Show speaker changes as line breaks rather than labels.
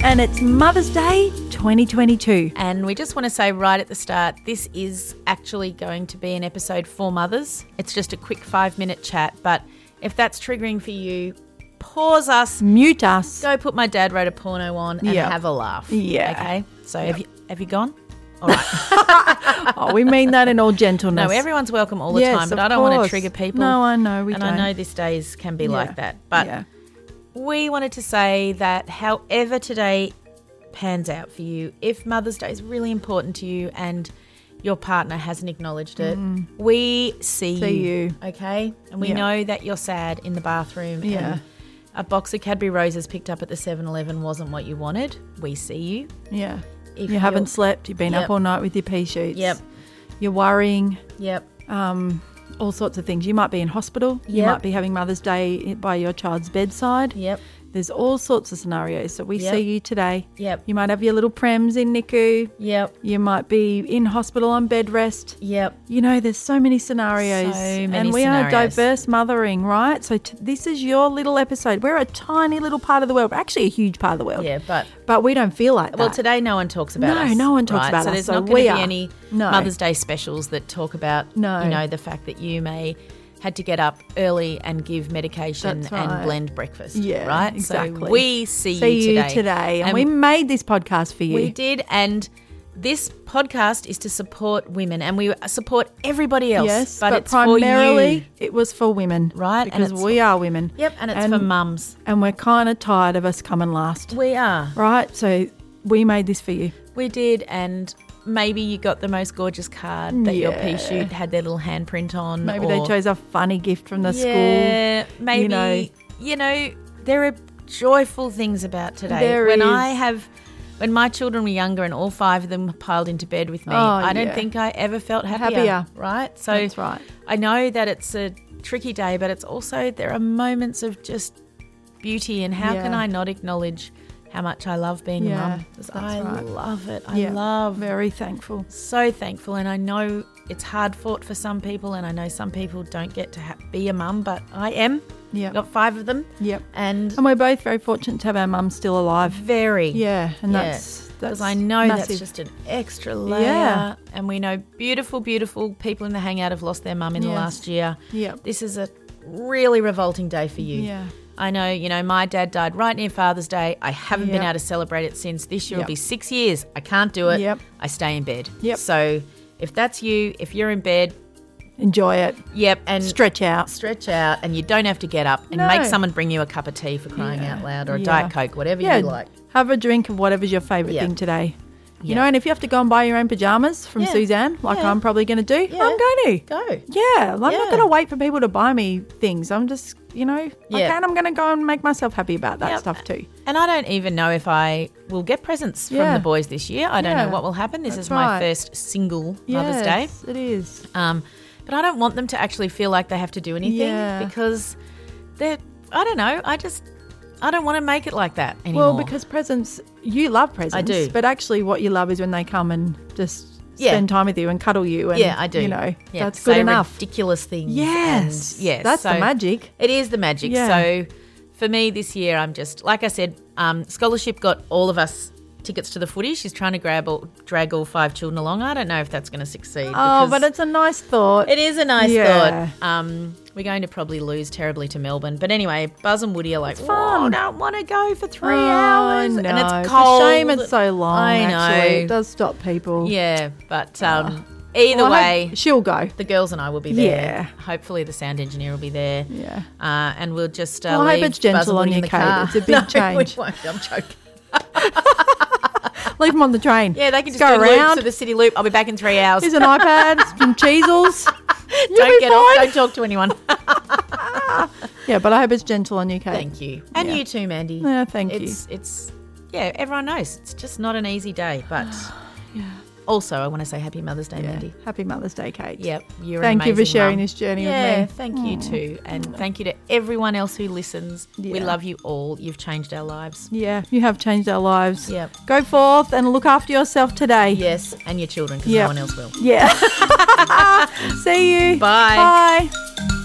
And it's Mother's Day 2022.
And we just want to say right at the start this is actually going to be an episode for mothers. It's just a quick five minute chat, but if that's triggering for you, pause us,
Mute us.
go put my dad wrote a porno on and
Yeah.
have a laugh.
Yeah.
Okay. So have you have you gone? All right.
Oh, we mean that in all gentleness.
no, everyone's welcome all the
Yes,
time, but
of
I don't want
course.
to trigger people.
No, I know, we
and
don't.
I know these days can be
Yeah.
like that. But
Yeah.
we wanted to say that however today pans out for you, if Mother's Day is really important to you and your partner hasn't acknowledged it, we see,
Mm. See you.
Okay? And we
Yeah.
know that you're sad in the bathroom. and
Yeah.
a box of Cadbury roses picked up at the 7 Eleven wasn't what you wanted. We see you.
yeah.
If
you haven't
you're-
slept, you've been up
Yep.
all night with your pea shoots.
Yep.
You're worrying,
Yep.
um, all sorts of things. You might be in hospital. You
Yep.
might be having Mother's Day by your child's bedside.
Yep.
There's all sorts of scenarios. So we
Yep.
see you today.
Yep.
You might have your little prems in NICU.
Yep.
You might be in hospital on bed rest.
Yep.
You know, there's so many scenarios,
So many
and we are
scenarios.
diverse mothering, right? So t- this is your little episode. We're a tiny little part of the world, actually a huge part of the world.
Yeah, but
but we don't feel like
well,
that.
today no one talks about
No,
us.
no one talks
right?
about
so
us,
there's
so
not
we
going to
are-
be any
No.
Mother's Day specials that talk about
No.
you know the fact that you may had to get up early and give medication
That's right.
and blend breakfast.
Yeah,
right.
exactly.
So we see,
see
you
you
today.
today, and, we made this podcast for you.
We did, and this podcast is to support women, and we support everybody else.
yes,
but,
but,
it's
primarily
for you.
it was for women,
Right, and
Because
it's-
we are women.
Yep, and it's
and,
for mums.
and we're kind of tired of us coming last,
We are.
right? So we made this for you.
We did, and maybe you got the most gorgeous card that your
Yeah.
pea shoot had their little handprint on.
Maybe
or-
they chose a funny gift from the school.
Yeah, maybe you
know.
know. there are joyful things about today.
There
when
is.
I have. When my children were younger and all five of them piled into bed with me,
Oh,
I don't
yeah.
think I ever felt happier.
Happier.
Right? So
That's right.
I know that it's a tricky day, but it's also there are moments of just beauty. And how can
Yeah.
I not acknowledge how much I love being
Yeah,
a mum? 'Cause
that's
I
right.
love it. I
Yeah,
love
Very thankful.
so thankful and I know it's hard fought for some people and I know some people don't get to ha- be a mum but I am
Yeah.
got five of them
Yep.
and
And we're both very fortunate to have our mum still alive.
very
Yeah, and
Yeah.
that's that's
because I know
massive.
that's just an extra layer
Yeah.
and we know beautiful beautiful people in the hangout have lost their mum in the
Yes.
last year
Yep.
this is a really revolting day for you
Yeah.
I know you know my dad died right near Father's Day I haven't
Yep.
been able to celebrate it since this year
Yep.
will be six years I can't do it
Yep.
I stay in bed
Yep.
so if that's you if you're in bed
enjoy it,
Yep, and
stretch out.
stretch out, and you don't have to get up and
No.
make someone bring you a cup of tea for crying
Yeah.
out loud or a
Yeah.
diet coke, whatever you like.
have a drink of whatever's your favorite
Yeah.
thing today. You
Yeah.
know, and if you have to go and buy your own pajamas from
Yeah.
Suzanne, like
Yeah.
I'm probably going to do,
Yeah.
I'm going to.
Go.
Yeah, I'm not
Yeah.
going to wait for people to buy me things. I'm just, you know, I
Yeah.
can. I'm going to go and make myself happy about that
Yep.
stuff too.
And I don't even know if I will get presents
Yeah.
from the boys this year. I don't
Yeah.
know what will happen. This
That's
is my
right.
first single Mother's Day.
Yes, it is.
Um, but I don't want them to actually feel like they have to do anything
Yeah.
because they're, I don't know, I just, I don't want to make it like that anymore.
Well, because presents, you love presents.
do.
But actually, what you love is when they come and just
Yeah.
spend time with you and cuddle you. And,
yeah, I do.
You know,
Yeah,
that's
say
good enough.
Ridiculous things.
Yes.
and- yes.
That's the
so-
magic.
It is the magic.
Yeah.
So for me this year, I'm just like I said, um, scholarship got all of us tickets to the footy. She's trying to grab all, drag all five children along. I don't know if that's going to succeed.
Oh,
because
but it's a nice thought.
it is a nice
Yeah.
thought. Um, we're going to probably lose terribly to Melbourne, but anyway, Buzz and Woody are like, "Whoa,
fun.
I don't want to go for three
Oh,
hours,"
no.
and
a
it's cold.
shame it's so long.
I know.
Actually. It does stop people.
Yeah, but um, either
Oh. Well, I
way,
hope she'll go.
the girls and I will be there.
Yeah.
Hopefully, the sound engineer will be there.
Yeah.
Uh, and we'll just. Uh,
Well, I hope
leave
it's gentle
Buzz and
on
Woody
you,
in the
Kate.
car.
It's a big
No,
change.
We won't. I'm joking.
Leave them on the train.
Yeah, they can
Let's
just
go
do loops
around.
of the city loop. I'll be back in three hours.
Here's an iPad, some cheesels.
don't
be
get off.
fine.
Don't talk to anyone.
Yeah, but I hope it's gentle on you, Kate.
thank you, and
Yeah.
you too, Mandy.
Yeah, thank you.
it's, It's yeah. Everyone knows it's just not an easy day, but Also, I want to say Happy Mother's Day, Mandy.
Happy Mother's Day, Kate.
Yep, you're an
Thank you for
amazing
sharing
mum.
this journey
Yeah,
with me.
thank you too, and thank you to everyone else who listens. We
Yeah.
love you all. You've changed our lives.
Yeah, you have changed our lives.
Yep.
Go forth and look after yourself today.
Yes, and your children, because
Yep.
no one else will.
Yeah. See you.
Bye.
Bye.